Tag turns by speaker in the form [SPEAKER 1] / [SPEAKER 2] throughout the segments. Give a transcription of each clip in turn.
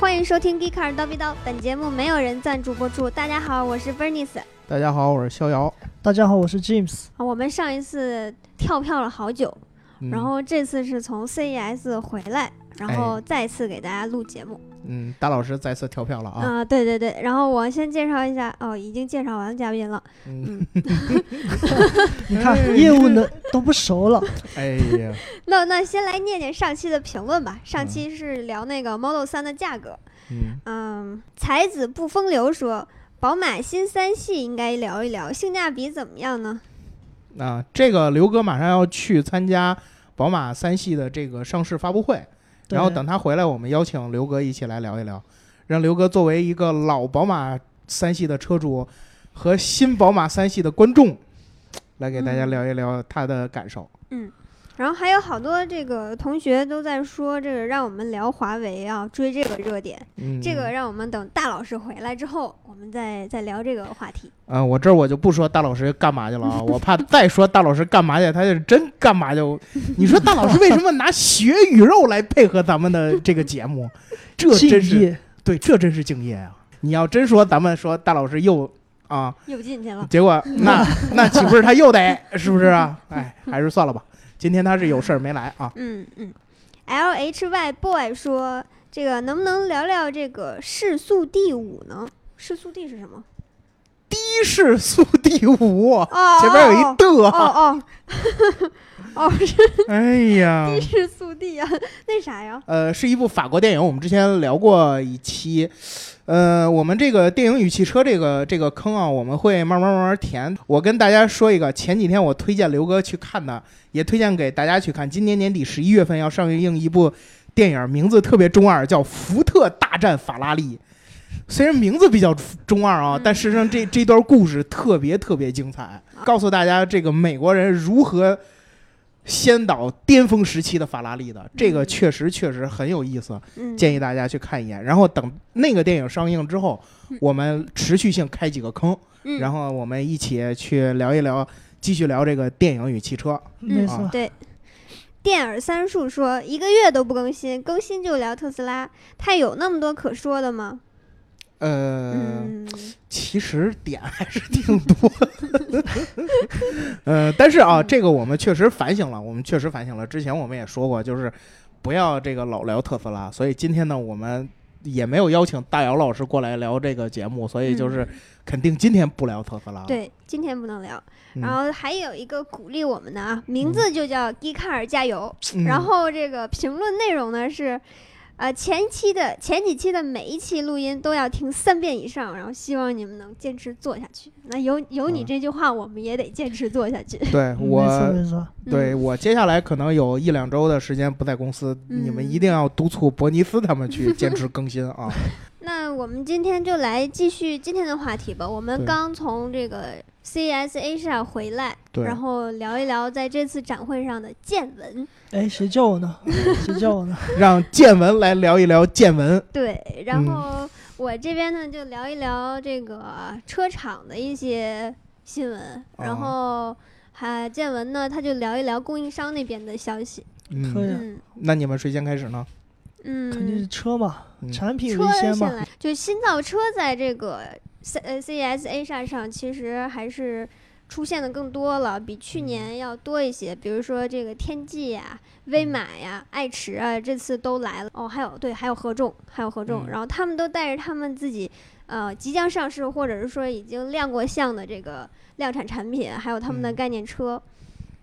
[SPEAKER 1] 欢迎收听《g e e k a r 叨逼叨》，本节目没有人赞助播出。大家好，我是 Bernice。
[SPEAKER 2] 大家好，我是逍遥。
[SPEAKER 3] 大家好，我是 James。
[SPEAKER 1] 啊我们上一次跳票了好久，
[SPEAKER 2] 嗯
[SPEAKER 1] 然，后这次是从 CES 回来，然后再次给大家录节目。
[SPEAKER 2] 嗯，大老师再次跳票了
[SPEAKER 1] 啊、
[SPEAKER 2] 啊。
[SPEAKER 1] 对对对，然后我先介绍一下，哦，已经介绍完嘉宾了。
[SPEAKER 2] 嗯，
[SPEAKER 3] 你看，业务呢都不熟了，
[SPEAKER 2] 哎呀，
[SPEAKER 1] 那那先来念念上期的评论吧。上期是聊那个 Model 3的价格，
[SPEAKER 2] 嗯，
[SPEAKER 1] 嗯，才子不风流说，宝马新三系应该聊一聊，性价比怎么样呢？
[SPEAKER 2] 啊，这个刘哥马上要去参加宝马三系的这个上市发布会，
[SPEAKER 3] 对
[SPEAKER 2] 然后等他回来，我们邀请刘哥一起来聊一聊，让刘哥作为一个老宝马三系的车主和新宝马三系的观众，来给大家
[SPEAKER 1] 嗯
[SPEAKER 2] 聊一聊他的感受。
[SPEAKER 1] 然后还有好多这个同学都在说，这个让我们聊华为啊，追这个热点。
[SPEAKER 2] 嗯，
[SPEAKER 1] 这个让我们等大老师回来之后，我们再再聊这个话题。
[SPEAKER 2] 嗯，我这儿我就不说大老师干嘛去了啊，我怕再说大老师干嘛去，他就真干嘛去。你说大老师为什么拿血与肉来配合咱们的这个节目？这真
[SPEAKER 3] 敬
[SPEAKER 2] 是
[SPEAKER 3] 业。
[SPEAKER 2] 对，这真是敬业啊！你要真说咱们说大老师又啊，
[SPEAKER 1] 又进去了，
[SPEAKER 2] 结果那那岂不是他又得是不是啊？哎，还是算了吧。今天他是有事儿没来啊。
[SPEAKER 1] 嗯嗯。L H Y boy 说，这个能不能聊聊这个世速 D 五呢？世速 D 是什么？
[SPEAKER 2] 一是速第五，
[SPEAKER 1] 哦，
[SPEAKER 2] 前面有一
[SPEAKER 1] 哦
[SPEAKER 2] 的，
[SPEAKER 1] 哦 哦哦，是
[SPEAKER 2] 哎呀，
[SPEAKER 1] 世速 D 啊， 那啥呀？
[SPEAKER 2] 呃，是一部法国电影，我们之前聊过一期。呃，我们这个电影与汽车这个这个坑啊，我们会慢慢慢慢填。我跟大家说一个，前几天我推荐刘哥去看的，也推荐给大家去看。今年年底十一月份要上映一部电影，名字特别中二，叫《福特大战法拉利》。虽然名字比较中二啊
[SPEAKER 1] 嗯，
[SPEAKER 2] 但事实上这这段故事特别特别精彩，告诉大家这个美国人如何先导巅峰时期的法拉利的，这个
[SPEAKER 1] 嗯
[SPEAKER 2] 确实确实很有意思，
[SPEAKER 1] 嗯，
[SPEAKER 2] 建议大家去看一眼。然后等那个电影上映之后
[SPEAKER 1] 嗯，
[SPEAKER 2] 我们持续性开几个坑，
[SPEAKER 1] 嗯，
[SPEAKER 2] 然后我们一起去聊一聊，继续聊这个电影与汽车。
[SPEAKER 3] 没
[SPEAKER 2] 啊
[SPEAKER 3] 错，
[SPEAKER 1] 对。电耳三树说，一个月都不更新，更新就聊特斯拉，它有那么多可说的吗？
[SPEAKER 2] 呃，
[SPEAKER 1] 嗯，
[SPEAKER 2] 其实点还是挺多的，呃，但是啊，
[SPEAKER 1] 嗯
[SPEAKER 2] 这个我们确实反省了，我们确实反省了。之前我们也说过，就是不要这个老聊特斯拉，所以今天呢，我们也没有邀请大姚老师过来聊这个节目，所以就是肯定今天不聊特斯拉。，
[SPEAKER 1] 嗯对，今天不能聊。
[SPEAKER 2] 嗯
[SPEAKER 1] 然后还有一个鼓励我们的啊，名字就叫 g e e k a r 加油。
[SPEAKER 2] 嗯
[SPEAKER 1] 然后这个评论内容呢是，呃，前期的前几期的每一期录音都要听三遍以上，然后希望你们能坚持做下去。那有有你
[SPEAKER 2] 嗯
[SPEAKER 1] 这句话，我们也得坚持做下去。
[SPEAKER 2] 对
[SPEAKER 3] 嗯没错
[SPEAKER 2] 我。
[SPEAKER 3] 没错，
[SPEAKER 2] 对
[SPEAKER 1] 嗯
[SPEAKER 2] 我接下来可能有一两周的时间不在公司，
[SPEAKER 1] 嗯
[SPEAKER 2] 你们一定要督促伯尼斯他们去坚持更新 啊！
[SPEAKER 1] 那我们今天就来继续今天的话题吧。我们
[SPEAKER 2] 对
[SPEAKER 1] 刚从这个 E CES Asia 回来，
[SPEAKER 2] 对，
[SPEAKER 1] 然后聊一聊在这次展会上的见闻。
[SPEAKER 3] 哎，谁叫我
[SPEAKER 2] 嗯
[SPEAKER 3] 呢？谁叫我呢？
[SPEAKER 2] 让建文来聊一聊建文。
[SPEAKER 1] 对，然
[SPEAKER 2] 嗯
[SPEAKER 1] 后我这边呢就聊一聊这个车厂的一些新闻，然后还建文呢他就聊一聊供应商那边的消息。
[SPEAKER 2] 嗯
[SPEAKER 3] 可以对啊
[SPEAKER 1] 嗯
[SPEAKER 2] 那你们谁先开始呢？
[SPEAKER 3] 肯定是
[SPEAKER 1] 嗯，
[SPEAKER 3] 车嘛，
[SPEAKER 2] 嗯
[SPEAKER 3] 产品
[SPEAKER 1] 车
[SPEAKER 3] 为先
[SPEAKER 1] 先
[SPEAKER 3] 嘛。
[SPEAKER 1] 来，就新造车在这个 C 呃 CES A 上上其实还是。出现的更多了，比
[SPEAKER 2] 嗯
[SPEAKER 1] 去年要多一些。比如说这个天际呀、威
[SPEAKER 2] 嗯
[SPEAKER 1] 马呀、爱驰啊，这次都来了。哦，还有对，还有合众，还有合众。
[SPEAKER 2] 嗯
[SPEAKER 1] 然后他们都带着他们自己，呃，即将上市或者是说已经亮过相的这个量产产品，还有他们的
[SPEAKER 2] 嗯
[SPEAKER 1] 概念车。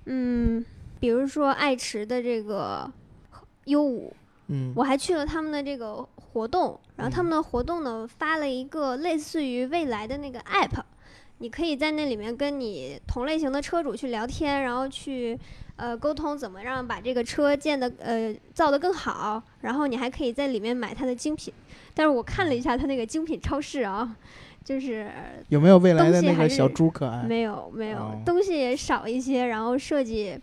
[SPEAKER 1] 嗯，比如说爱驰的这个 U 五，
[SPEAKER 2] 嗯
[SPEAKER 1] 我还去了他们的这个活动，然后他
[SPEAKER 2] 嗯
[SPEAKER 1] 们的活动呢发了一个类似于未来的那个 app，你可以在那里面跟你同类型的车主去聊天，然后去呃沟通怎么让把这个车建的呃造得更好，然后你还可以在里面买它的精品。但是我看了一下它那个精品超市啊，就是
[SPEAKER 2] 有没有未来的
[SPEAKER 1] 东西
[SPEAKER 2] 那
[SPEAKER 1] 还
[SPEAKER 2] 个
[SPEAKER 1] 是
[SPEAKER 2] 小猪可爱？
[SPEAKER 1] 没有没有、
[SPEAKER 2] 哎哦
[SPEAKER 1] 东西也少一些，然后设计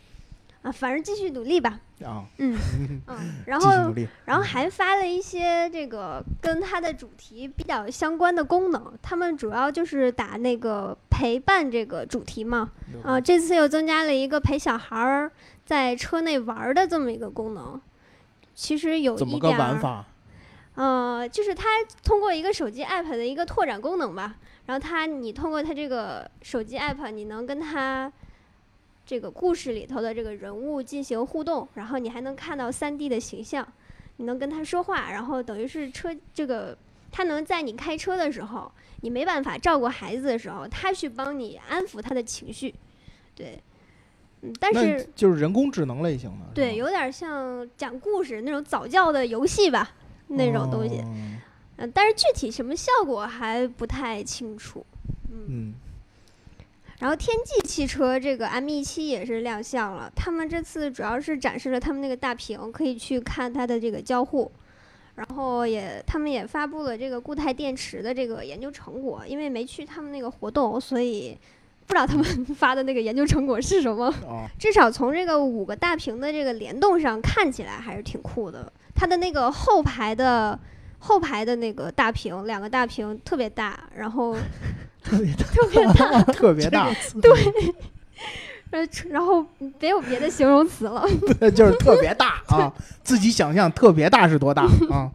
[SPEAKER 1] 啊，反正继续努力吧，
[SPEAKER 2] 啊，
[SPEAKER 1] 嗯嗯，然
[SPEAKER 2] 继续
[SPEAKER 1] 后
[SPEAKER 2] 努力。
[SPEAKER 1] 然后还发了一些这个跟它的主题比较相关的功能，他们主要就是打那个陪伴这个主题嘛。啊、这次又增加了一个陪小孩儿在车内玩儿的这么一个功能。其实有
[SPEAKER 2] 怎么
[SPEAKER 1] 一
[SPEAKER 2] 个
[SPEAKER 1] 点
[SPEAKER 2] 玩
[SPEAKER 1] 儿，
[SPEAKER 2] 法？
[SPEAKER 1] 呃，就是它通过一个手机 app 的一个拓展功能吧，然后它你通过它这个手机 app，你能跟它这个故事里头的这个人物进行互动，然后你还能看到 3D 的形象，你能跟他说话，然后等于是车这个它能在你开车的时候，你没办法照顾孩子的时候，它去帮你安抚他的情绪，对，嗯，但
[SPEAKER 2] 那
[SPEAKER 1] 是
[SPEAKER 2] 就是人工智能类型的，
[SPEAKER 1] 对，有点像讲故事那种早教的游戏吧，那种东西。
[SPEAKER 2] 嗯
[SPEAKER 1] 嗯，但是具体什么效果还不太清楚。
[SPEAKER 2] 嗯，
[SPEAKER 1] 然后天际汽车这个 M E 七也是亮相了，他们这次主要是展示了他们那个大屏，可以去看它的这个交互，然后也他们也发布了这个固态电池的这个研究成果，因为没去他们那个活动，所以不知道他们 发的那个研究成果是什么。
[SPEAKER 2] 哦，
[SPEAKER 1] 至少从这个五个大屏的这个联动上看起来还是挺酷的。它的那个后排的后排的那个大屏，两个大屏特别大，然后
[SPEAKER 3] 特别大，
[SPEAKER 1] 特别大，
[SPEAKER 2] 特别大，
[SPEAKER 3] 对，
[SPEAKER 1] 呃然后没有别的形容词了。
[SPEAKER 2] 就是特别大啊， 自己想象特别大是多大 啊？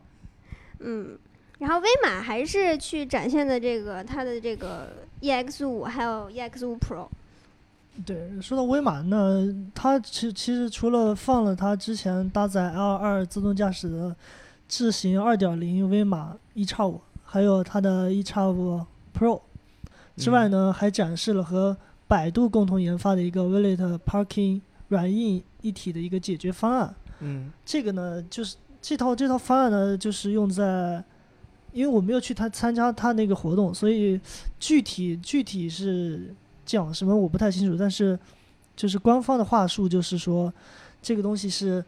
[SPEAKER 1] 嗯，然后威马还是去展现的这个它的这个 EX 五还有 EX 五 Pro。
[SPEAKER 3] 对，说到威马呢，它其其实除了放了它之前搭载 L 二自动驾驶的智行二点零威马 E 叉五，还有它的 E 叉五 Pro 之
[SPEAKER 2] 嗯
[SPEAKER 3] 外呢，还展示了和百度共同研发的一个 w i l l e t Parking 软硬一体的一个解决方案。
[SPEAKER 2] 嗯，
[SPEAKER 3] 这个呢，就是这套这套方案呢，就是用在，因为我没有去他参加他那个活动，所以具体具体是讲什么我不太清楚。但是就是官方的话术就是说，这个东西是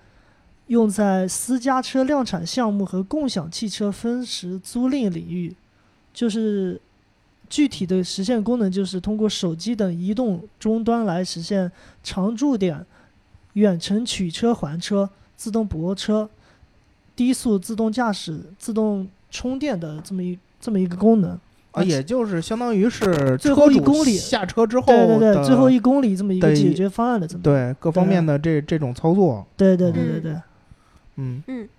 [SPEAKER 3] 用在私家车量产项目和共享汽车分时租赁领域，就是。具体的实现功能就是通过手机等移动终端来实现常驻点、远程取车还车、自动泊车、低速自动驾驶、自动充电的这么一这么一个功能。
[SPEAKER 2] 啊，也就是相当于是
[SPEAKER 3] 最后
[SPEAKER 2] 车
[SPEAKER 3] 一
[SPEAKER 2] 主
[SPEAKER 3] 公里
[SPEAKER 2] 下车之后
[SPEAKER 3] 对对
[SPEAKER 2] 的
[SPEAKER 3] 对，最后一公里这么一个
[SPEAKER 2] 对
[SPEAKER 3] 解决方案的这么。
[SPEAKER 2] 对各方面的这这种操作，
[SPEAKER 3] 对对对对
[SPEAKER 1] 嗯
[SPEAKER 3] 对，
[SPEAKER 2] 嗯，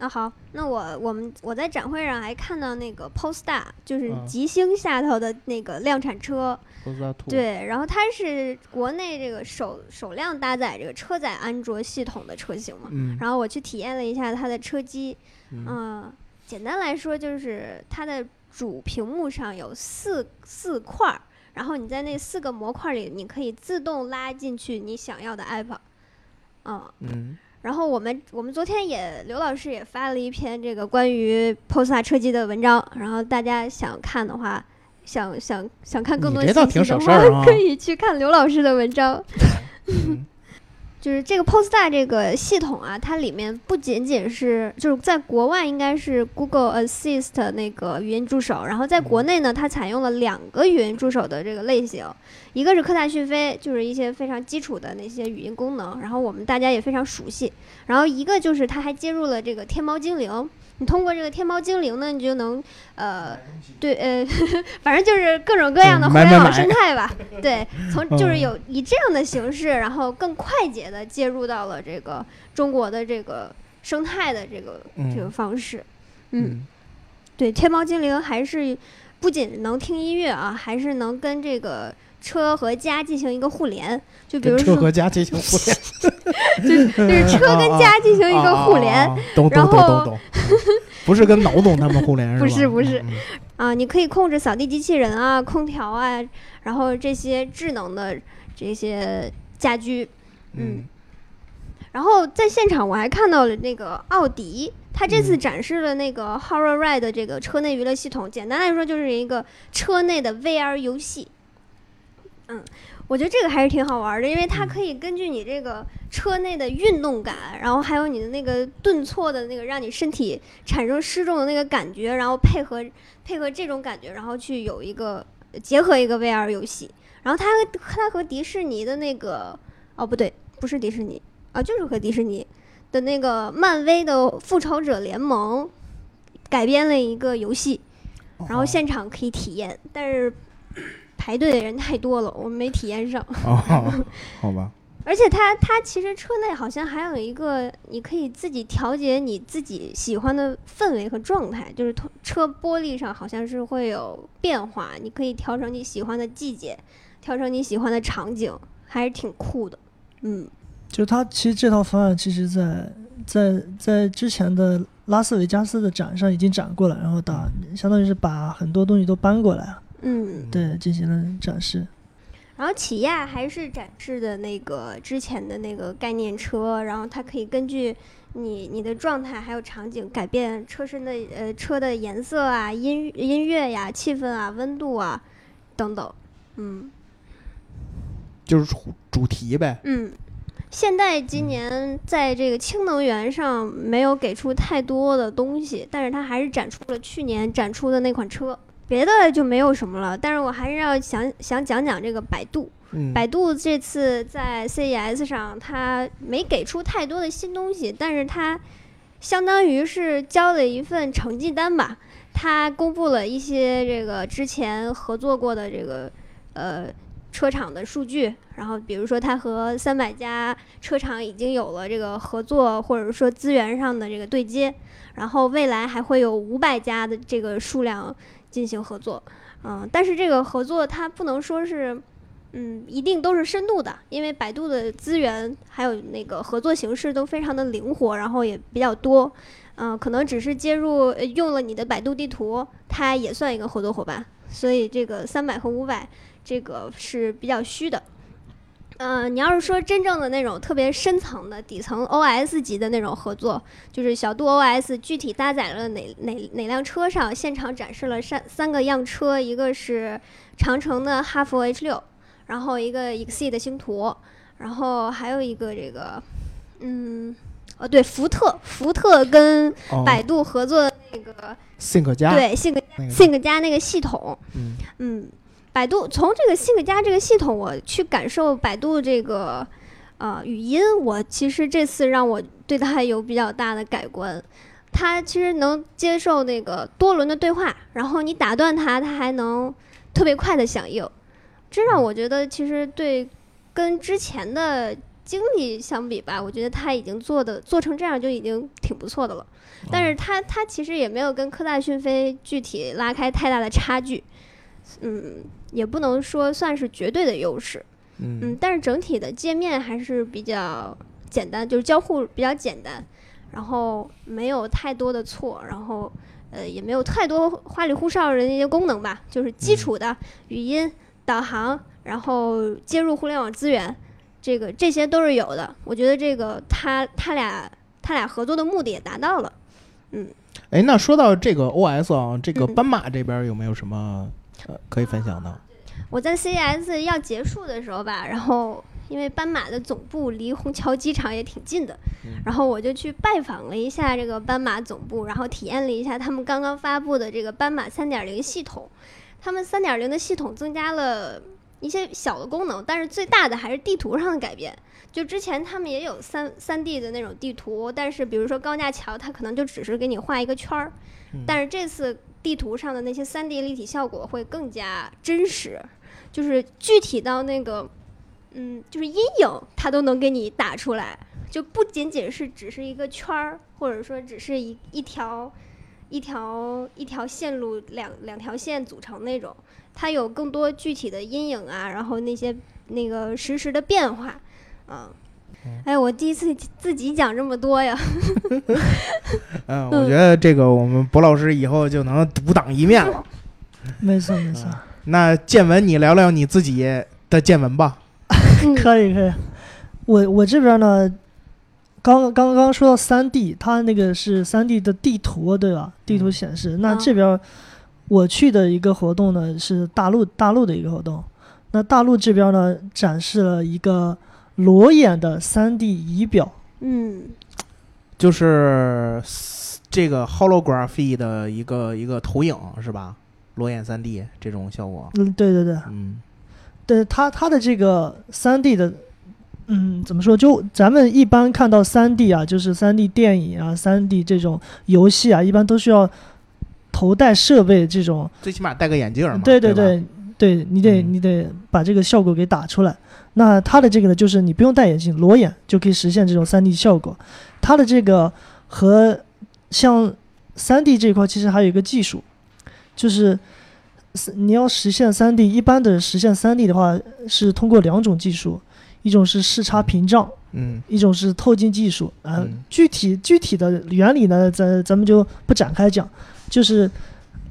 [SPEAKER 1] 那好，那我我们我在展会上还看到那个 Polestar，就是
[SPEAKER 2] 嗯
[SPEAKER 1] 吉星下头的那个量产车，
[SPEAKER 2] 不知道吐，
[SPEAKER 1] 对，然后它是国内这个首首辆搭载这个车载安卓系统的车型嘛。
[SPEAKER 2] 嗯
[SPEAKER 1] 然后我去体验了一下它的车机，
[SPEAKER 2] 嗯
[SPEAKER 1] 嗯，简单来说就是它的主屏幕上有四四块儿，然后你在那四个模块里，你可以自动拉进去你想要的 app，嗯，
[SPEAKER 2] 嗯
[SPEAKER 1] 然后我们我们昨天也刘老师也发了一篇这个关于 Polestar 车机的文章，然后大家想看的话，想想想看更多
[SPEAKER 2] 你
[SPEAKER 1] 信
[SPEAKER 2] 这倒
[SPEAKER 1] 息
[SPEAKER 2] 挺
[SPEAKER 1] 的
[SPEAKER 2] 省
[SPEAKER 1] 话，
[SPEAKER 2] 事儿啊
[SPEAKER 1] 可以去看刘老师的文章。
[SPEAKER 2] 嗯
[SPEAKER 1] 就是这个 Polestar 这个系统啊，它里面不仅仅是就是在国外应该是 Google Assist 那个语音助手，然后在国内呢，它采用了两个语音助手的这个类型，一个是科大讯飞，就是一些非常基础的那些语音功能，然后我们大家也非常熟悉，然后一个就是它还接入了这个天猫精灵。你通过这个天猫精灵呢，你就能，呃，对， 呃，反正就是各种各样的
[SPEAKER 2] 嗯
[SPEAKER 1] 互
[SPEAKER 2] 买
[SPEAKER 1] 联
[SPEAKER 2] 买
[SPEAKER 1] 网
[SPEAKER 2] 买
[SPEAKER 1] 生态吧，对，从就
[SPEAKER 2] 嗯
[SPEAKER 1] 是有以这样的形式，然后更快捷的介入到了这个中国的这个生态的这个、这个
[SPEAKER 2] 嗯
[SPEAKER 1] 方式。嗯，
[SPEAKER 2] 嗯
[SPEAKER 1] 对，天猫精灵还是不仅能听音乐啊，还是能跟这个车和家进行一个互联。 就比如
[SPEAKER 2] 嗯跟车
[SPEAKER 1] 说，
[SPEAKER 2] 和家进行互联，
[SPEAKER 1] 就是车跟家进行一个互联
[SPEAKER 2] 啊啊，啊啊啊懂懂
[SPEAKER 1] 然
[SPEAKER 2] 懂懂
[SPEAKER 1] 后
[SPEAKER 2] 懂，不是跟脑懂他们互 联是吧？
[SPEAKER 1] 不是不是
[SPEAKER 2] 嗯，嗯
[SPEAKER 1] 啊，你可以控制扫地机器人啊、空调啊，然后这些智能的这些家居。嗯然后在现场我还看到了那个奥迪，它这次
[SPEAKER 2] 嗯
[SPEAKER 1] 展示了那个 Horror Ride 的这个车内娱乐系统，简单来说就是一个车内的 VR 游戏。嗯，我觉得这个还是挺好玩的，因为它
[SPEAKER 2] 嗯
[SPEAKER 1] 可以根据你这个车内的运动感，然后还有你的那个顿挫的那个让你身体产生失重的那个感觉，然后配合配合这种感觉，然后去有一个结合一个 VR 游戏。然后它和它和迪士尼的那个哦不对，不是迪士尼，啊，就是和迪士尼的那个漫威的《复仇者联盟》改编了一个游戏，
[SPEAKER 2] 嗯
[SPEAKER 1] 然后现场可以体验，但是排队的人太多了，我没体验上。
[SPEAKER 2] 啊哦，好吧，
[SPEAKER 1] 而且它它其实车内好像还有一个，你可以自己调节你自己喜欢的氛围和状态，就是通车玻璃上好像是会有变化，你可以调成你喜欢的季节，调成你喜欢的场景，还是挺酷的。嗯，
[SPEAKER 3] 就它其实这套方案，其实在在在之前的拉斯维加斯的展上已经展过了，然后打相当于是把很多东西都搬过来，啊
[SPEAKER 1] 嗯，
[SPEAKER 3] 对，进行了展示。
[SPEAKER 1] 然后起亚还是展示的那个之前的那个概念车，然后它可以根据你你的状态还有场景改变车身的呃车的颜色啊、音音乐呀、气氛啊、温度啊等等，嗯
[SPEAKER 2] 就是主主题呗。
[SPEAKER 1] 嗯。现代今年在这个氢能源上没有给出太多的东西，但是它还是展出了去年展出的那款车，别的就没有什么了。但是我还是要想想讲讲这个百度，
[SPEAKER 2] 嗯，
[SPEAKER 1] 百度这次在 CES 上，它没给出太多的新东西，但是它相当于是交了一份成绩单吧。它公布了一些这个之前合作过的这个呃车厂的数据，然后比如说它和三百家车厂已经有了这个合作，或者说资源上的这个对接，然后未来还会有五百家的这个数量进行合作。嗯，但是这个合作它不能说是。嗯，一定都是深度的，因为百度的资源还有那个合作形式都非常的灵活，然后也比较多。嗯、可能只是接入呃用了你的百度地图，它也算一个合作伙伴。所以这个三百和五百这个是比较虚的。嗯、你要是说真正的那种特别深层的底层 OS 级的那种合作，就是小度 OS 具体搭载了哪哪哪辆车上，现场展示了三三个样车，一个是长城的哈弗 H 六，然后一个 Exceed 的星途，然后还有一个这个，嗯，哦对，福特，福特跟
[SPEAKER 2] 哦
[SPEAKER 1] 百度合作的那个、
[SPEAKER 2] ，Think 加
[SPEAKER 1] 对 Think
[SPEAKER 2] 那个
[SPEAKER 1] Think 加那个系统，
[SPEAKER 2] 嗯
[SPEAKER 1] 嗯，百度从这个 Think 加这个系统，我去感受百度这个呃语音，我其实这次让我对它有比较大的改观。它其实能接受那个多轮的对话，然后你打断它，它还能特别快的响应。这让我觉得其实对跟之前的经历相比吧，我觉得它已经做的做成这样就已经挺不错的了。但是它它其实也没有跟科大讯飞具体拉开太大的差距。嗯，也不能说算是绝对的优势，
[SPEAKER 2] 嗯
[SPEAKER 1] 嗯，但是整体的界面还是比较简单，就是交互比较简单，然后没有太多的错，然后呃也没有太多花里胡哨的那些功能吧，就是基础的语音、导航，然后接入互联网资源，这个这些都是有的。我觉得这个他他俩他俩合作的目的也达到了。
[SPEAKER 2] 哎，那说到这个 OS 啊，这个
[SPEAKER 1] 嗯
[SPEAKER 2] 斑马这边有没有什么呃可以分享的？
[SPEAKER 1] 我在 CES 要结束的时候吧，然后因为斑马的总部离虹桥机场也挺近的，然后我就去拜访了一下这个斑马总部，然后体验了一下他们刚刚发布的这个斑马3.0系统。他们3.0的系统增加了一些小的功能，但是最大的还是地图上的改变。就之前他们也有三三 D 的那种地图，但是比如说高架桥，它可能就只是给你画一个圈儿，
[SPEAKER 2] 嗯
[SPEAKER 1] 但是这次地图上的那些三 D 立体效果会更加真实，就是具体到那个，嗯，就是阴影，它都能给你打出来，就不仅仅是只是一个圈儿，或者说只是一一条一条一条线路两两条线组成那种，它有更多具体的阴影啊，然后那些那个实时的变化，嗯。哎，我第一次自己讲这么多呀！
[SPEAKER 2] 嗯，我觉得这个我们博老师以后就能独当一面 了。
[SPEAKER 3] 没错没错，
[SPEAKER 2] 那建文，你聊聊你自己的见闻吧。
[SPEAKER 1] 嗯
[SPEAKER 3] 可以可以。我我这边呢，刚刚刚说到三 D，它那个是三 D 的地图对吧？地图显示。那
[SPEAKER 1] 嗯
[SPEAKER 3] 这边我去的一个活动呢是大陆大陆的一个活动，那大陆这边呢展示了一个裸眼的三 D 仪表。
[SPEAKER 1] 嗯，
[SPEAKER 2] 就是这个 holography 的一个一个投影是吧？裸眼三 D 这种效果，
[SPEAKER 3] 嗯，对对对，
[SPEAKER 2] 嗯
[SPEAKER 3] 对它它的这个三 D 的，嗯，怎么说？就咱们一般看到三 D 啊，就是三 D 电影啊、三 D 这种游戏啊，一般都需要头戴设备这种。
[SPEAKER 2] 最起码戴个眼镜嘛。
[SPEAKER 3] 对
[SPEAKER 2] 对吧
[SPEAKER 3] 对，对你得
[SPEAKER 2] 嗯
[SPEAKER 3] 你得把这个效果给打出来。那它的这个呢，就是你不用戴眼镜，裸眼就可以实现这种 3D 效果。它的这个和像 3D 这一块，其实还有一个技术，就是是你要实现 3D，一般的实现 3D 的话是通过两种技术，一种是视差屏障，
[SPEAKER 2] 嗯
[SPEAKER 3] 一种是透镜技术啊、呃
[SPEAKER 2] 嗯
[SPEAKER 3] 具体具体的原理呢，咱咱们就不展开讲，就是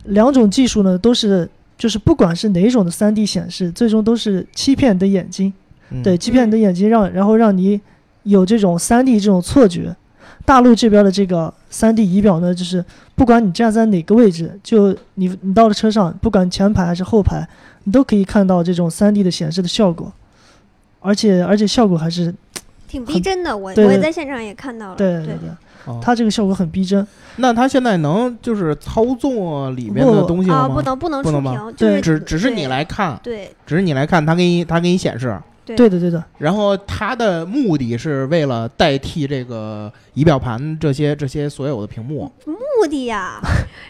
[SPEAKER 3] 两种技术呢都是。就是不管是哪一种的 3D 显示，最终都是欺骗你的眼睛，
[SPEAKER 2] 嗯
[SPEAKER 3] 对，欺骗你的眼睛让，然后让你有这种 3D 这种错觉。大陆这边的这个 3D 仪表呢，就是不管你站在哪个位置，就你你到了车上，不管前排还是后排，你都可以看到这种 3D 的显示的效果，而且而且效果还是
[SPEAKER 1] 挺逼
[SPEAKER 3] 很
[SPEAKER 1] 真的，我
[SPEAKER 3] 对
[SPEAKER 1] 我也
[SPEAKER 3] 对
[SPEAKER 1] 在现场也看到了，
[SPEAKER 3] 对对
[SPEAKER 1] 对
[SPEAKER 3] 对，
[SPEAKER 2] 哦
[SPEAKER 3] 它这个效果很逼真。
[SPEAKER 2] 那他现在能就是操作里面的
[SPEAKER 3] 不
[SPEAKER 2] 东西
[SPEAKER 1] 啊，
[SPEAKER 2] 了
[SPEAKER 1] 不
[SPEAKER 2] 吗？
[SPEAKER 1] 能不能
[SPEAKER 2] 不
[SPEAKER 1] 触
[SPEAKER 2] 能吗
[SPEAKER 1] 屏，就是
[SPEAKER 2] 只只是你
[SPEAKER 1] 对
[SPEAKER 2] 来看，
[SPEAKER 1] 对
[SPEAKER 2] 只是你来看，他给你他给你显示，
[SPEAKER 3] 对的对的，
[SPEAKER 2] 然后它的目的是为了代替这个仪表盘这些这些所有的屏幕。
[SPEAKER 1] 目的呀，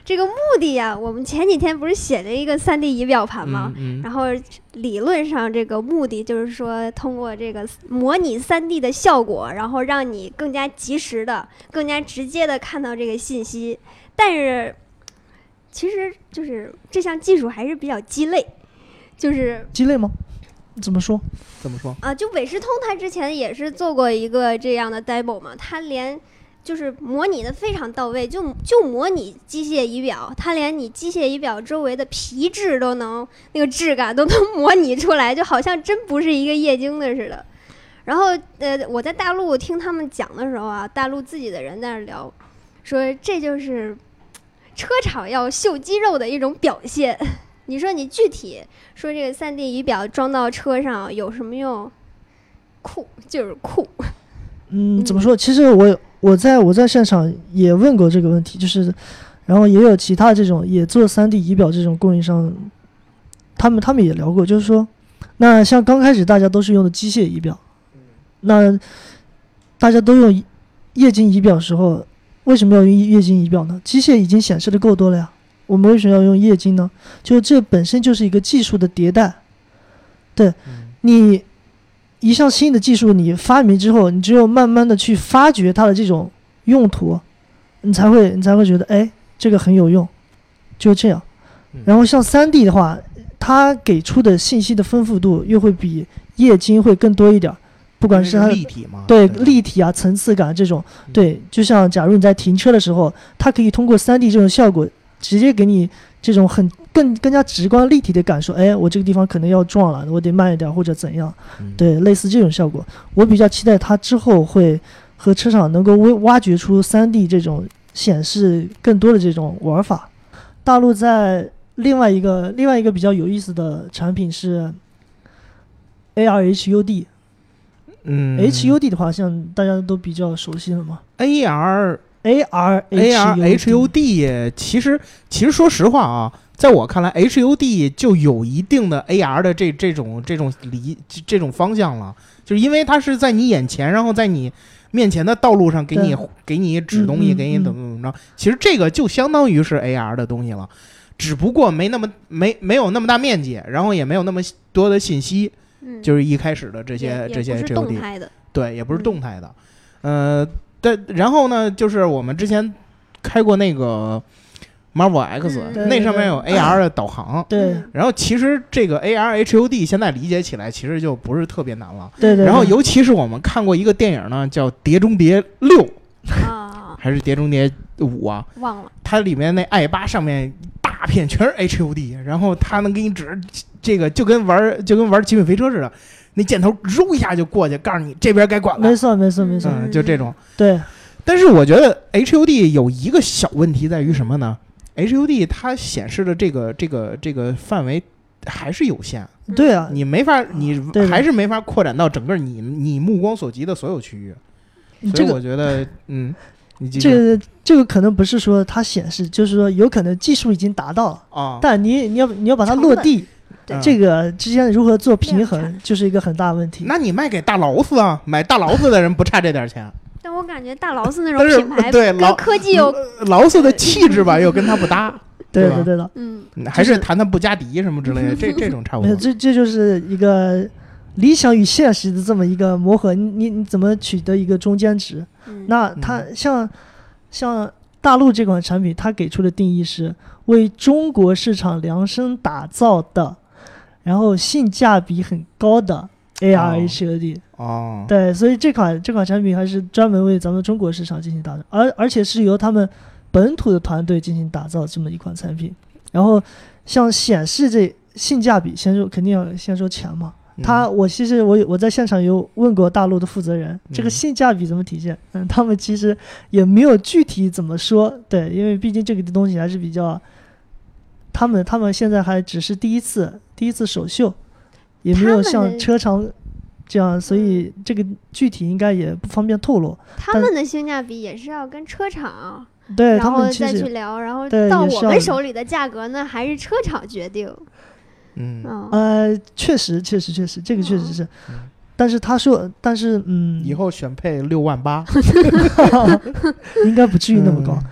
[SPEAKER 1] 这个目的呀，我们前几天不是写了一个 3D 仪表盘吗？
[SPEAKER 2] 嗯嗯
[SPEAKER 1] 然后理论上这个目的就是说，通过这个模拟 3D 的效果，然后让你更加及时的、更加直接的看到这个信息。但是，其实就是这项技术还是比较鸡肋，就是
[SPEAKER 3] 鸡肋吗？怎么说？
[SPEAKER 2] 怎么说？
[SPEAKER 1] 啊，就伟世通他之前也是做过一个这样的 demo 嘛，他连就是模拟的非常到位，就就模拟机械仪表，他连你机械仪表周围的皮质都能那个质感都能 模拟出来，就好像真不是一个液晶的似的。然后呃，我在大陆听他们讲的时候啊，大陆自己的人在那儿聊，说这就是车厂要秀肌肉的一种表现。 你说你具体说这个 3D 仪表装到车上有什么用？酷就是酷，
[SPEAKER 3] 嗯，
[SPEAKER 1] 嗯
[SPEAKER 3] 怎么说？其实我我在我在现场也问过这个问题，就是，然后也有其他这种也做 3D 仪表这种供应商，他们他们也聊过，就是说，那像刚开始大家都是用的机械仪表，那大家都用液晶仪表的时候，为什么要用液晶仪表呢？机械已经显示的够多了呀，我们为什么要用液晶呢？就这本身就是一个技术的迭代，
[SPEAKER 2] 嗯
[SPEAKER 3] 你一项新的技术你发明之后，你只有慢慢的去发掘它的这种用途，你才会你才会觉得哎，这个很有用，就这样
[SPEAKER 2] 嗯。
[SPEAKER 3] 然后像三 D 的话，它给出的信息的丰富度又会比液晶会更多一点儿，
[SPEAKER 2] 不
[SPEAKER 3] 不管是它的
[SPEAKER 2] 立体嘛，
[SPEAKER 3] 对
[SPEAKER 2] 吧
[SPEAKER 3] 立体啊、层次感这种
[SPEAKER 2] 嗯，
[SPEAKER 3] 对，就像假如你在停车的时候，它可以通过 3D 这种效果，直接给你这种很更更加直观立体的感受。哎，我这个地方可能要撞了，我得慢一点或者怎样，
[SPEAKER 2] 嗯
[SPEAKER 3] 对，类似这种效果。我比较期待它之后会和车厂能够挖挖掘出 3D 这种显示更多的这种玩法。大陆在另外一个另外一个比较有意思的产品是 AR HUD。
[SPEAKER 2] 嗯
[SPEAKER 3] HUD 的话，像大家都比较熟悉了嘛。
[SPEAKER 2] AR
[SPEAKER 3] AR
[SPEAKER 2] AR HUD，其实其实说实话啊，在我看来，HUD 就有一定的 AR 的这这种这种离这这种方向了，就是因为它是在你眼前，然后在你面前的道路上给你给你指东西，
[SPEAKER 3] 嗯嗯
[SPEAKER 2] 给你怎么怎么着。其实这个就相当于是 AR 的东西了，只不过没那么没没有那么大面积，然后也没有那么多的信息，
[SPEAKER 1] 嗯，
[SPEAKER 2] 就是一开始的
[SPEAKER 1] 这
[SPEAKER 2] 这些这些
[SPEAKER 1] 不是
[SPEAKER 2] HUD
[SPEAKER 1] 动。态的，
[SPEAKER 2] 对，也不是
[SPEAKER 1] 嗯
[SPEAKER 2] 动态的。呃，但然后呢，就是我们之前开过那个 Marvel X，、
[SPEAKER 1] 嗯
[SPEAKER 3] 对
[SPEAKER 2] 那
[SPEAKER 3] 对
[SPEAKER 2] 上面有 AR 的导航。
[SPEAKER 3] 对
[SPEAKER 1] 嗯
[SPEAKER 2] 然后其实这个 AR HUD 现在理解起来其实就不是特别难了。
[SPEAKER 3] 对对，
[SPEAKER 2] 然后尤其是我们看过一个电影呢，叫《碟中谍六》
[SPEAKER 1] 啊，
[SPEAKER 2] 还是《碟中谍五》啊，
[SPEAKER 1] 忘了，
[SPEAKER 2] 它里面那 i 八上面大片全是 HUD，然后它能给你指这个，就跟玩儿就跟玩《极品飞车》似的，那箭头揉一下就过去，告诉你这边该管了
[SPEAKER 3] 没。错没错没错，
[SPEAKER 2] 嗯，就这种。
[SPEAKER 3] 对
[SPEAKER 2] 但是我觉得 HUD 有一个小问题在于什么呢？HUD 它显示的这个这个这个范围还是有限，
[SPEAKER 1] 嗯
[SPEAKER 3] 对啊，
[SPEAKER 2] 你没法，你
[SPEAKER 3] 对的
[SPEAKER 2] 还是没法扩展到整个你你目光所及的所有区域。所
[SPEAKER 3] 这
[SPEAKER 2] 以
[SPEAKER 3] 个
[SPEAKER 2] 我觉得，嗯，你继续
[SPEAKER 3] 这个这个可能不是说它显示，就是说有可能技术已经达到了，
[SPEAKER 2] 啊，嗯
[SPEAKER 3] 但你你要你要把它
[SPEAKER 1] 成
[SPEAKER 3] 落
[SPEAKER 1] 本
[SPEAKER 3] 地，
[SPEAKER 2] 对
[SPEAKER 3] 这个之间如何做平
[SPEAKER 1] 量
[SPEAKER 3] 衡，就是一个很大问题。
[SPEAKER 2] 那你卖给大劳斯啊，买大劳斯的人不差这点 钱。
[SPEAKER 1] 但我感觉大劳斯那
[SPEAKER 2] 但
[SPEAKER 1] 种
[SPEAKER 2] 是
[SPEAKER 1] 品牌
[SPEAKER 2] 对
[SPEAKER 1] 跟
[SPEAKER 2] 劳
[SPEAKER 1] 科技有
[SPEAKER 2] 劳斯的气质吧，又跟它不搭。
[SPEAKER 3] 对
[SPEAKER 2] 吧
[SPEAKER 3] 的，对的。
[SPEAKER 1] 嗯，
[SPEAKER 2] 嗯还是
[SPEAKER 3] 就是
[SPEAKER 2] 谈谈布加迪什么之类的，这这种差不
[SPEAKER 3] 没有，
[SPEAKER 2] 多。
[SPEAKER 3] 这这就是一个理想与现实的这么一个磨合，你你你怎么取得一个中间值？
[SPEAKER 1] 嗯
[SPEAKER 3] 那它像像大陆这款产品，它给出的定义是为中国市场量身打造的，然后性价比很高的 AR
[SPEAKER 2] 哦
[SPEAKER 3] HUD。
[SPEAKER 2] 哦，
[SPEAKER 3] 对，所以这款这款产品还是专门为咱们中国市场进行打造，而而且是由他们本土的团队进行打造这么一款产品。然后像显示这性价比，先说肯定要先说钱嘛。
[SPEAKER 2] 嗯
[SPEAKER 3] 他我其实我有我在现场有问过大陆的负责人，这个
[SPEAKER 2] 嗯
[SPEAKER 3] 性价比怎么体现？嗯，他们其实也没有具体怎么说。对，因为毕竟这个东西还是比较，他们他们现在还只是第一次第一次首秀，也没有
[SPEAKER 1] 他们的嗯
[SPEAKER 3] 像车厂这样，所以这个具体应该也不方便透露。
[SPEAKER 1] 他
[SPEAKER 3] 但
[SPEAKER 1] 们的性价比也是要跟车厂，
[SPEAKER 3] 对
[SPEAKER 1] 嗯
[SPEAKER 3] 他
[SPEAKER 1] 然后
[SPEAKER 3] 们其
[SPEAKER 1] 再去
[SPEAKER 3] 实
[SPEAKER 1] 聊，然后
[SPEAKER 3] 对
[SPEAKER 1] 到
[SPEAKER 3] 也是
[SPEAKER 1] 我
[SPEAKER 3] 要
[SPEAKER 1] 们
[SPEAKER 3] 的
[SPEAKER 1] 手里的价格呢，还是车厂决定。
[SPEAKER 2] 嗯，
[SPEAKER 1] 嗯，
[SPEAKER 3] 呃，确实确实确实这个确
[SPEAKER 1] 哦
[SPEAKER 3] 实是
[SPEAKER 2] 嗯，
[SPEAKER 3] 但是他说，但是嗯，
[SPEAKER 2] 以后选配六万八，
[SPEAKER 3] 应该不至于那么高
[SPEAKER 2] 嗯，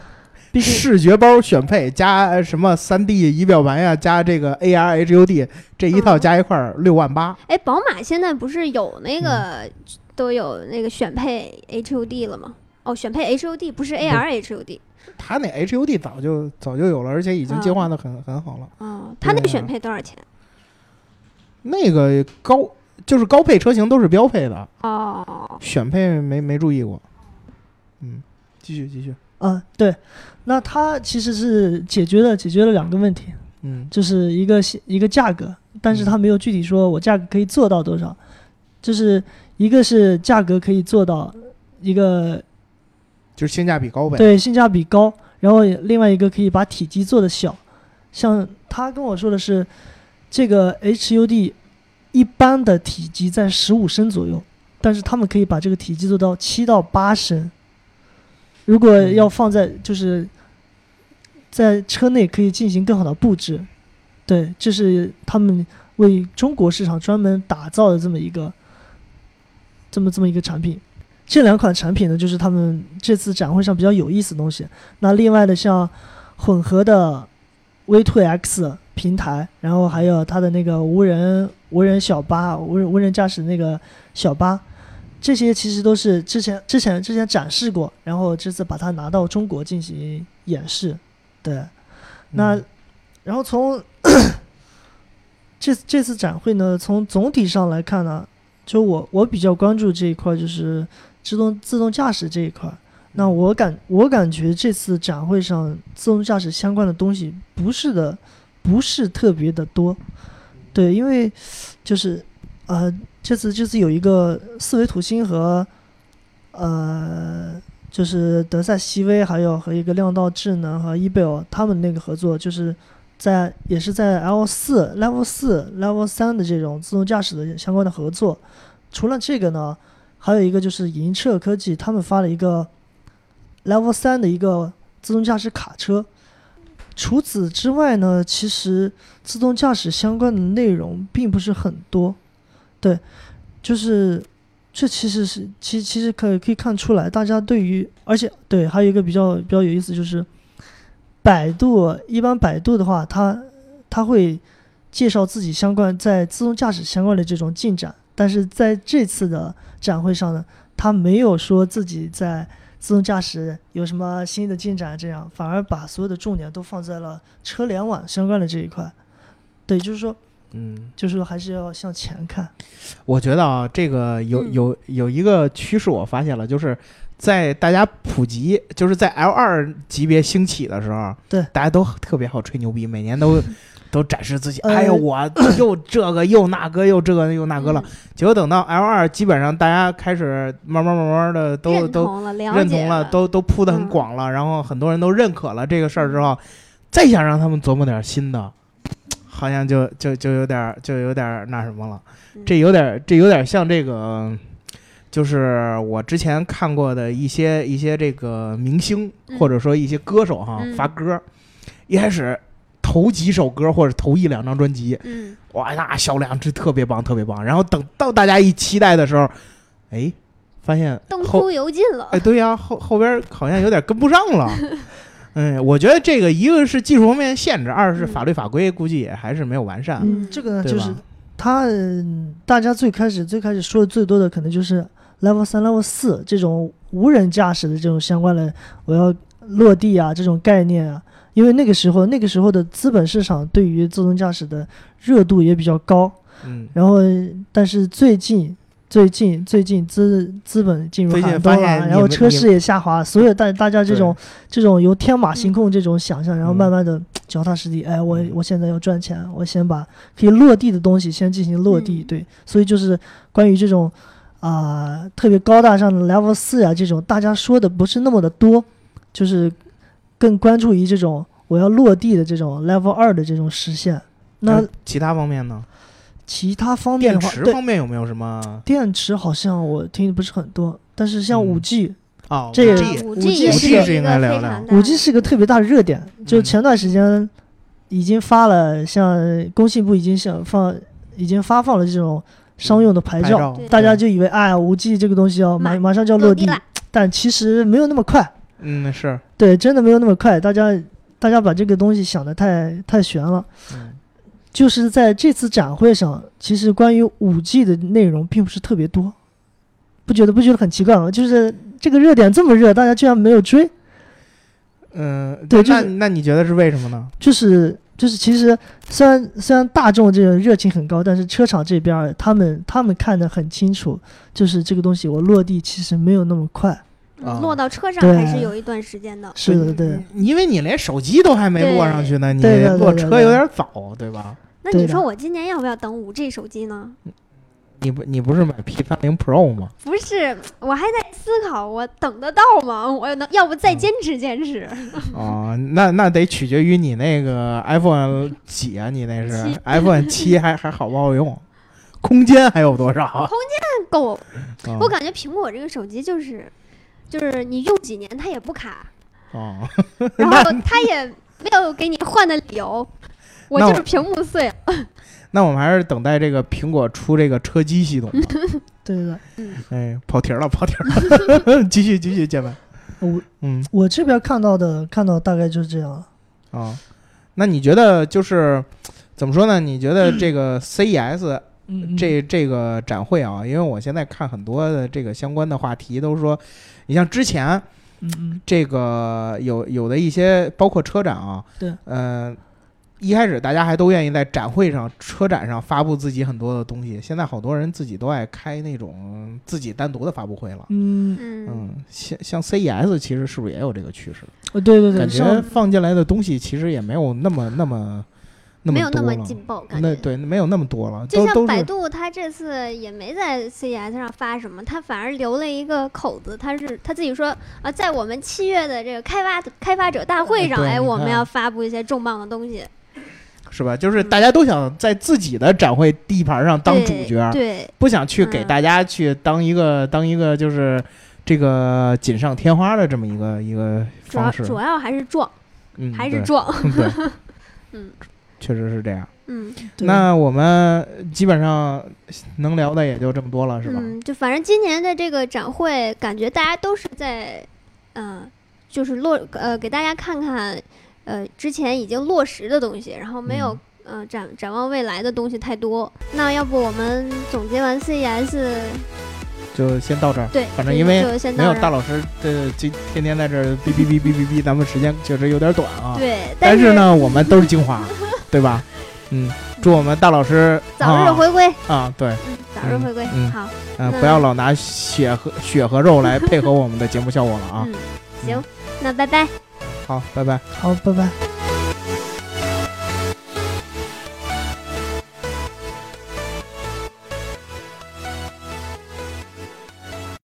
[SPEAKER 3] 毕竟
[SPEAKER 2] 视觉包选配加呃什么三 D 仪表盘呀，加这个 AR HUD 这一套
[SPEAKER 1] 嗯
[SPEAKER 2] 加一块儿六万八。
[SPEAKER 1] 哎，宝马现在不是有那
[SPEAKER 3] 嗯
[SPEAKER 1] 个都有那个选配 HUD 了吗？哦，选配 HUD 不是 AR HUD，
[SPEAKER 2] 它那 HUD 早就早就有了，而且已经进化的
[SPEAKER 3] 嗯
[SPEAKER 2] 很很好了。
[SPEAKER 1] 哦，它那个
[SPEAKER 2] 对啊
[SPEAKER 1] 选配多少钱？
[SPEAKER 2] 那个高就是高配车型都是标配的，
[SPEAKER 1] 哦，
[SPEAKER 2] 选配没没注意过。嗯，继续继续。
[SPEAKER 3] 啊，对，那它其实是解决了解决了两个问题，
[SPEAKER 2] 嗯
[SPEAKER 3] 就是一个是一个价格，但是它没有具体说我价格可以做到多少，就是一个是价格可以做到一个
[SPEAKER 2] 就是性价比高呗。
[SPEAKER 3] 对性价比高，然后也另外一个可以把体积做的小，像他跟我说的是，这个 HUD 一般的体积在十五升左右，但是他们可以把这个体积做到七到八升。如果
[SPEAKER 2] 嗯
[SPEAKER 3] 要放在就是在车内可以进行更好的布置，对，这是他们为中国市场专门打造的这么一个这么这么一个产品。这两款产品呢，就是他们这次展会上比较有意思的东西。那另外的像混合的 V2X 平台，然后还有它的那个无人无人小巴、无人无人驾驶那个小巴，这些其实都是之前之前之前展示过，然后这次把它拿到中国进行演示。对，那
[SPEAKER 2] 嗯
[SPEAKER 3] 然后从这这次展会呢，从总体上来看呢，就我我比较关注这一块就是自动自动驾驶这一块。那我感我感觉这次展会上自动驾驶相关的东西不是的，不是特别的多。对，因为就是呃，这次这次有一个四维土星和呃，就是德赛西威，还有和一个亮道智能和 e b e 他们那个合作，就是在也是在 L 四、Level 四、Level 三的这种自动驾驶的相关的合作。除了这个呢，还有一个就是银澈科技，他们发了一个 Level 三的一个自动驾驶卡车。除此之外呢，其实自动驾驶相关的内容并不是很多。对，就是这其实是其其实可以可以看出来，大家对于而且对还有一个比较比较有意思就是，百度一般百度的话，它它会介绍自己相关在自动驾驶相关的这种进展，但是在这次的展会上呢，它没有说自己在。自动驾驶有什么新的进展？这样反而把所有的重点都放在了车联网相关的这一块。对，就是说，
[SPEAKER 2] 嗯，
[SPEAKER 3] 就是说还是要向前看。
[SPEAKER 2] 我觉得啊，这个有
[SPEAKER 1] 嗯
[SPEAKER 2] 有有一个趋势，我发现了，就是在大家普及，就是在 L 二级别兴起的时候，
[SPEAKER 3] 对嗯
[SPEAKER 2] 大家都特别好吹牛逼，每年都 都展示自己，
[SPEAKER 3] 呃
[SPEAKER 2] 哎呦， 我又这个又那个又这个又那
[SPEAKER 1] 嗯
[SPEAKER 2] 个
[SPEAKER 3] 嗯
[SPEAKER 2] 了。结果等到 L 二，基本上大家开始慢慢慢慢的都
[SPEAKER 1] 认
[SPEAKER 2] 都
[SPEAKER 1] 同了，了
[SPEAKER 2] 认
[SPEAKER 1] 解
[SPEAKER 2] 同了，都都铺的很
[SPEAKER 1] 嗯
[SPEAKER 2] 广了，然后很多人都认可了这个事儿之后，再想让他们琢磨点新的，好像就就就有点儿就有点儿那什么了，
[SPEAKER 1] 嗯
[SPEAKER 2] 这有点儿这有点儿像这个。就是我之前看过的一些一些这个明星，
[SPEAKER 1] 嗯
[SPEAKER 2] 或者说一些歌手哈、
[SPEAKER 1] 嗯
[SPEAKER 2] 发歌，一开始头几首歌或者头一两张专辑，
[SPEAKER 1] 嗯，
[SPEAKER 2] 哇，那销量是特别棒，特别棒。然后等到大家一期待的时候，哎，发现
[SPEAKER 1] 灯
[SPEAKER 2] 后
[SPEAKER 1] 枯油尽了
[SPEAKER 2] 哎哎，。对呀、后后边儿好像有点跟不上了。嗯，我觉得这个一个是技术方面的限制，二是
[SPEAKER 1] 嗯
[SPEAKER 2] 法律法规估计也还是没有完善。
[SPEAKER 3] 嗯，这个呢
[SPEAKER 2] 对
[SPEAKER 3] 就
[SPEAKER 2] 吧
[SPEAKER 3] 是他嗯大家最开始最开始说的最多的可能就是 Level 三、Level 四这种无人驾驶的这种相关的，我要落地啊这种概念啊，因为那个时候那个时候的资本市场对于自动驾驶的热度也比较高，
[SPEAKER 2] 嗯，
[SPEAKER 3] 然后但是最近。最近最近资资本进入
[SPEAKER 2] 最近
[SPEAKER 3] 寒冬了，
[SPEAKER 2] 发现你
[SPEAKER 3] 然后
[SPEAKER 2] 们
[SPEAKER 3] 车
[SPEAKER 2] 你
[SPEAKER 3] 市也下滑，所有大大家这
[SPEAKER 2] 对
[SPEAKER 3] 种这种由天马行空这种想象，然后
[SPEAKER 2] 嗯
[SPEAKER 3] 慢慢的脚踏实地，哎，我
[SPEAKER 2] 嗯
[SPEAKER 3] 我现在要赚钱，我先把可以落地的东西先进行落地，
[SPEAKER 1] 嗯
[SPEAKER 3] 对，所以就是关于这种啊、特别高大上的 Level 四啊这种，大家说的不是那么的多，就是更关注于这种我要落地的这种 Level 二的这种实现。那
[SPEAKER 2] 其他方面呢？
[SPEAKER 3] 其他方面
[SPEAKER 2] 电
[SPEAKER 3] 的话，
[SPEAKER 2] 池
[SPEAKER 3] 对
[SPEAKER 2] 方面有没有什么？
[SPEAKER 3] 电池好像我听的不是很多，但是像
[SPEAKER 2] 嗯
[SPEAKER 3] 五 G，
[SPEAKER 2] 哦，
[SPEAKER 3] 这个
[SPEAKER 2] 五 G
[SPEAKER 1] 啊也
[SPEAKER 3] 5G 是
[SPEAKER 1] 一个
[SPEAKER 2] 是应该聊
[SPEAKER 1] 非
[SPEAKER 2] 聊
[SPEAKER 1] 常大
[SPEAKER 3] 五
[SPEAKER 1] 的
[SPEAKER 3] G 是个特别大的热点，就
[SPEAKER 2] 嗯
[SPEAKER 3] 前段时间已经发了，像工信部已经想放，已经发放了这种商用的牌
[SPEAKER 2] 拍
[SPEAKER 3] 照，
[SPEAKER 2] 照
[SPEAKER 1] 对，
[SPEAKER 3] 大家就以为哎，五 G 这个东西要马
[SPEAKER 1] 马
[SPEAKER 3] 马上就要落地
[SPEAKER 1] 地，了，
[SPEAKER 3] 但其实没有那么快，
[SPEAKER 2] 嗯是，
[SPEAKER 3] 对，真的没有那么快，大家大家把这个东西想的太太悬了。
[SPEAKER 2] 嗯
[SPEAKER 3] 就是在这次展会上，其实关于五 G 的内容并不是特别多，不觉得不觉得很奇怪吗？啊就是这个热点这么热，大家居然没有追，
[SPEAKER 2] 嗯，
[SPEAKER 3] 对
[SPEAKER 2] 那
[SPEAKER 3] 就是
[SPEAKER 2] 那你觉得是为什么呢？
[SPEAKER 3] 就是就是，其实虽然虽然大众这个热情很高，但是车厂这边儿他们他们看得很清楚，就是这个东西我落地其实没有那么快。
[SPEAKER 2] 啊
[SPEAKER 1] 嗯落到车上
[SPEAKER 3] 对
[SPEAKER 1] 还是有一段时间的。
[SPEAKER 3] 是的，对，
[SPEAKER 2] 因为你连手机都还没落上去呢，你
[SPEAKER 3] 对对对
[SPEAKER 2] 落
[SPEAKER 3] 对
[SPEAKER 2] 车
[SPEAKER 3] 对
[SPEAKER 2] 有点早，对吧？
[SPEAKER 1] 那
[SPEAKER 3] 对
[SPEAKER 1] 你
[SPEAKER 3] 的
[SPEAKER 1] 说我今年要不要等五 G 手机呢？
[SPEAKER 2] 你不你不是买 P 三零 Pro 吗？
[SPEAKER 1] 不是，我还在思考，我等得到吗？我能要不再坚持坚持？
[SPEAKER 2] 哦，那那得取决于你那个 iPhone 几啊？你那是
[SPEAKER 1] 七
[SPEAKER 2] iPhone 七还 还好不好用？空间还有多少啊？
[SPEAKER 1] 够，
[SPEAKER 2] 哦
[SPEAKER 1] 我感觉苹果这个手机就是，就是你用几年它也不卡，
[SPEAKER 2] 哦，
[SPEAKER 1] 然后它也没有给你换的理由。我
[SPEAKER 2] 那
[SPEAKER 1] 就
[SPEAKER 2] 我
[SPEAKER 1] 是屏幕碎了，
[SPEAKER 2] 那我们还是等待这个苹果出这个车机系统吧。
[SPEAKER 3] 对的。
[SPEAKER 2] 哎，跑题儿了，跑题儿了， 继续继续，建白。
[SPEAKER 3] 我
[SPEAKER 2] 嗯
[SPEAKER 3] 我这边看到的看到大概就是这样了。
[SPEAKER 2] 啊、那你觉得就是怎么说呢？你觉得这个 CES
[SPEAKER 3] 嗯
[SPEAKER 2] 这这个展会啊，因为我现在看很多的这个相关的话题都说，你像之前
[SPEAKER 3] 嗯嗯
[SPEAKER 2] 这个有有的一些包括车展啊，
[SPEAKER 3] 对，
[SPEAKER 2] 嗯。一开始大家还都愿意在展会上、车展上发布自己很多的东西，现在好多人自己都爱开那种自己单独的发布会了。
[SPEAKER 3] 嗯，
[SPEAKER 1] 嗯，
[SPEAKER 2] 嗯，像像 CES 其实是不是也有这个趋势？
[SPEAKER 3] 哦对对对，
[SPEAKER 2] 感觉
[SPEAKER 3] 上
[SPEAKER 2] 放进来的东西其实也没有那么那么那
[SPEAKER 1] 没
[SPEAKER 2] 么
[SPEAKER 1] 有那
[SPEAKER 2] 多
[SPEAKER 1] 么
[SPEAKER 2] 了。
[SPEAKER 1] 劲爆，感
[SPEAKER 2] 那
[SPEAKER 1] 觉。
[SPEAKER 2] 对，没有那么多了，
[SPEAKER 1] 就
[SPEAKER 2] 都
[SPEAKER 1] 像
[SPEAKER 2] 都
[SPEAKER 1] 百
[SPEAKER 2] 是
[SPEAKER 1] 度，它这次也没在 CES 上发什么，它反而留了一个口子，它是它自己说啊，在我们七月的这个开发开发者大会上，
[SPEAKER 2] 对
[SPEAKER 1] 哎，
[SPEAKER 2] 你
[SPEAKER 1] 我们
[SPEAKER 2] 看
[SPEAKER 1] 要发布一些重磅的东西，
[SPEAKER 2] 是吧？就是大家都想在自己的展会地盘上当主
[SPEAKER 1] 对
[SPEAKER 2] 角，
[SPEAKER 1] 对，
[SPEAKER 2] 不想去给
[SPEAKER 1] 嗯
[SPEAKER 2] 大家去当一个当一个就是这个锦上添花的这么一个一个
[SPEAKER 1] 主要
[SPEAKER 2] 方式。
[SPEAKER 1] 主要还是撞，
[SPEAKER 2] 嗯，
[SPEAKER 1] 还
[SPEAKER 2] 对
[SPEAKER 1] 是撞，
[SPEAKER 2] 对，
[SPEAKER 1] 嗯
[SPEAKER 2] 确实是这样。
[SPEAKER 1] 嗯
[SPEAKER 3] 对
[SPEAKER 2] 那我们基本上能聊的也就这么多了，是吧？
[SPEAKER 1] 嗯，就反正今年的这个展会，感觉大家都是在，嗯、就是落呃给大家看看，呃之前已经落实的东西，然后没有、
[SPEAKER 2] 嗯
[SPEAKER 1] 呃展展望未来的东西太多。那要不我们总结完 CES，
[SPEAKER 2] 就先到这儿。
[SPEAKER 1] 对，
[SPEAKER 2] 反正
[SPEAKER 1] 就
[SPEAKER 2] 因为
[SPEAKER 1] 就先
[SPEAKER 2] 没有
[SPEAKER 1] 到
[SPEAKER 2] 大
[SPEAKER 1] 这儿。
[SPEAKER 2] 老师这这天天在这儿哔哔哔哔哔哔，咱们时间确实有点短啊。
[SPEAKER 1] 对，
[SPEAKER 2] 但
[SPEAKER 1] 是
[SPEAKER 2] 是，呢，我们都是精 华，对吧？嗯，祝我们大老师
[SPEAKER 1] 早日
[SPEAKER 2] 啊
[SPEAKER 1] 回归，
[SPEAKER 2] 啊，对，
[SPEAKER 1] 嗯，早日
[SPEAKER 2] 嗯
[SPEAKER 1] 回归，
[SPEAKER 2] 嗯
[SPEAKER 1] 好，
[SPEAKER 2] 嗯，
[SPEAKER 1] 那
[SPEAKER 2] 不要老拿血和血和肉
[SPEAKER 1] 嗯
[SPEAKER 2] 来配合我们的节目效果了啊。
[SPEAKER 1] 嗯，行，那拜拜。
[SPEAKER 2] 好，拜拜。
[SPEAKER 3] 好，拜拜。